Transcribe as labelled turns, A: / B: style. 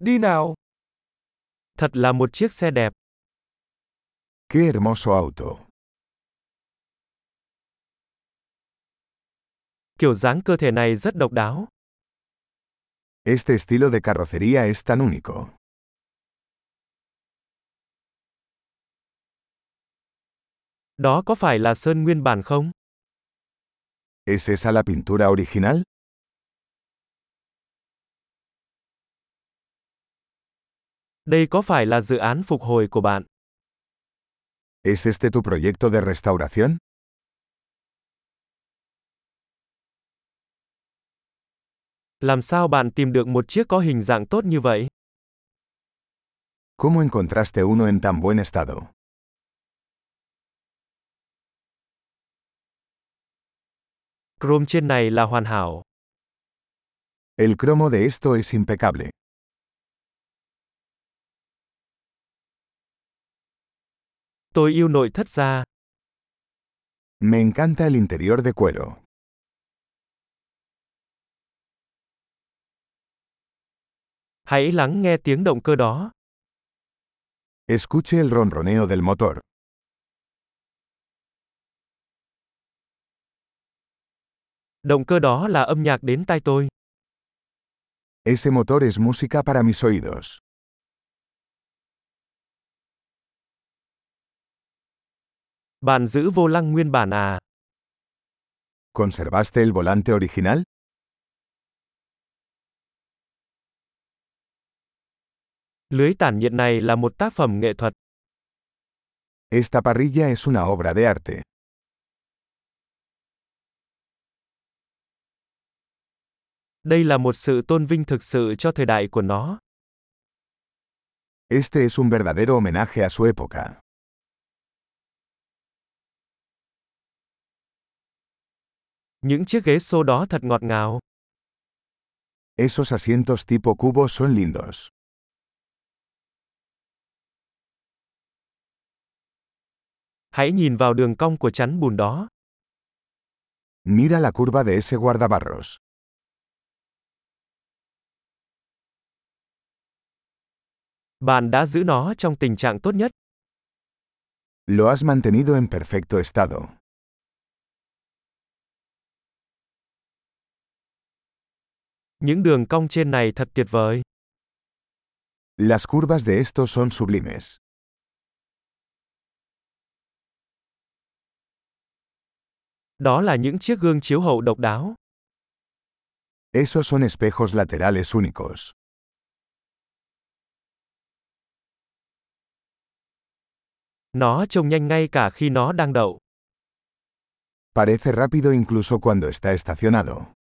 A: Đi nào. Thật là một chiếc xe đẹp.
B: Qué hermoso auto.
A: Kiểu dáng cơ thể này rất độc đáo.
B: Este estilo de carrocería es tan único.
A: Đó có phải là sơn nguyên bản không?
B: ¿Es esa la pintura original?
A: Đây có phải là dự án phục hồi của bạn?
B: ¿Es este tu proyecto de restauración?
A: Làm sao bạn tìm được một chiếc có hình dạng tốt như vậy?
B: ¿Cómo encontraste uno en tan buen estado?
A: Chrome trên này là hoàn hảo.
B: El cromo de esto es impecable.
A: Tôi yêu nội thất da.
B: Me encanta el interior de cuero.
A: Hãy lắng nghe tiếng động cơ đó.
B: Escuche el ronroneo del motor.
A: Động cơ đó là âm nhạc đến tai tôi.
B: Ese motor es música para mis oídos.
A: Bạn giữ vô lăng nguyên bản à?
B: ¿Conservaste el volante original?
A: Lưới tản nhiệt này là một tác phẩm nghệ thuật.
B: Esta parrilla es una obra de arte.
A: Đây là một sự tôn vinh thực sự cho thời đại của nó.
B: Este es un verdadero homenaje a su época.
A: Những chiếc ghế xô đó thật ngọt ngào.
B: Esos asientos tipo cubo son lindos.
A: Hãy nhìn vào đường cong của chắn bùn đó.
B: Mira la curva de ese guardabarros.
A: Bạn đã giữ nó trong tình trạng tốt nhất.
B: Lo has mantenido en perfecto estado.
A: Những đường cong trên này thật tuyệt vời.
B: Las curvas de estos son sublimes.
A: Đó là những chiếc gương chiếu hậu độc đáo.
B: Esos son espejos laterales únicos.
A: Nó trông nhanh ngay cả khi nó đang đậu.
B: Parece rápido incluso cuando está estacionado.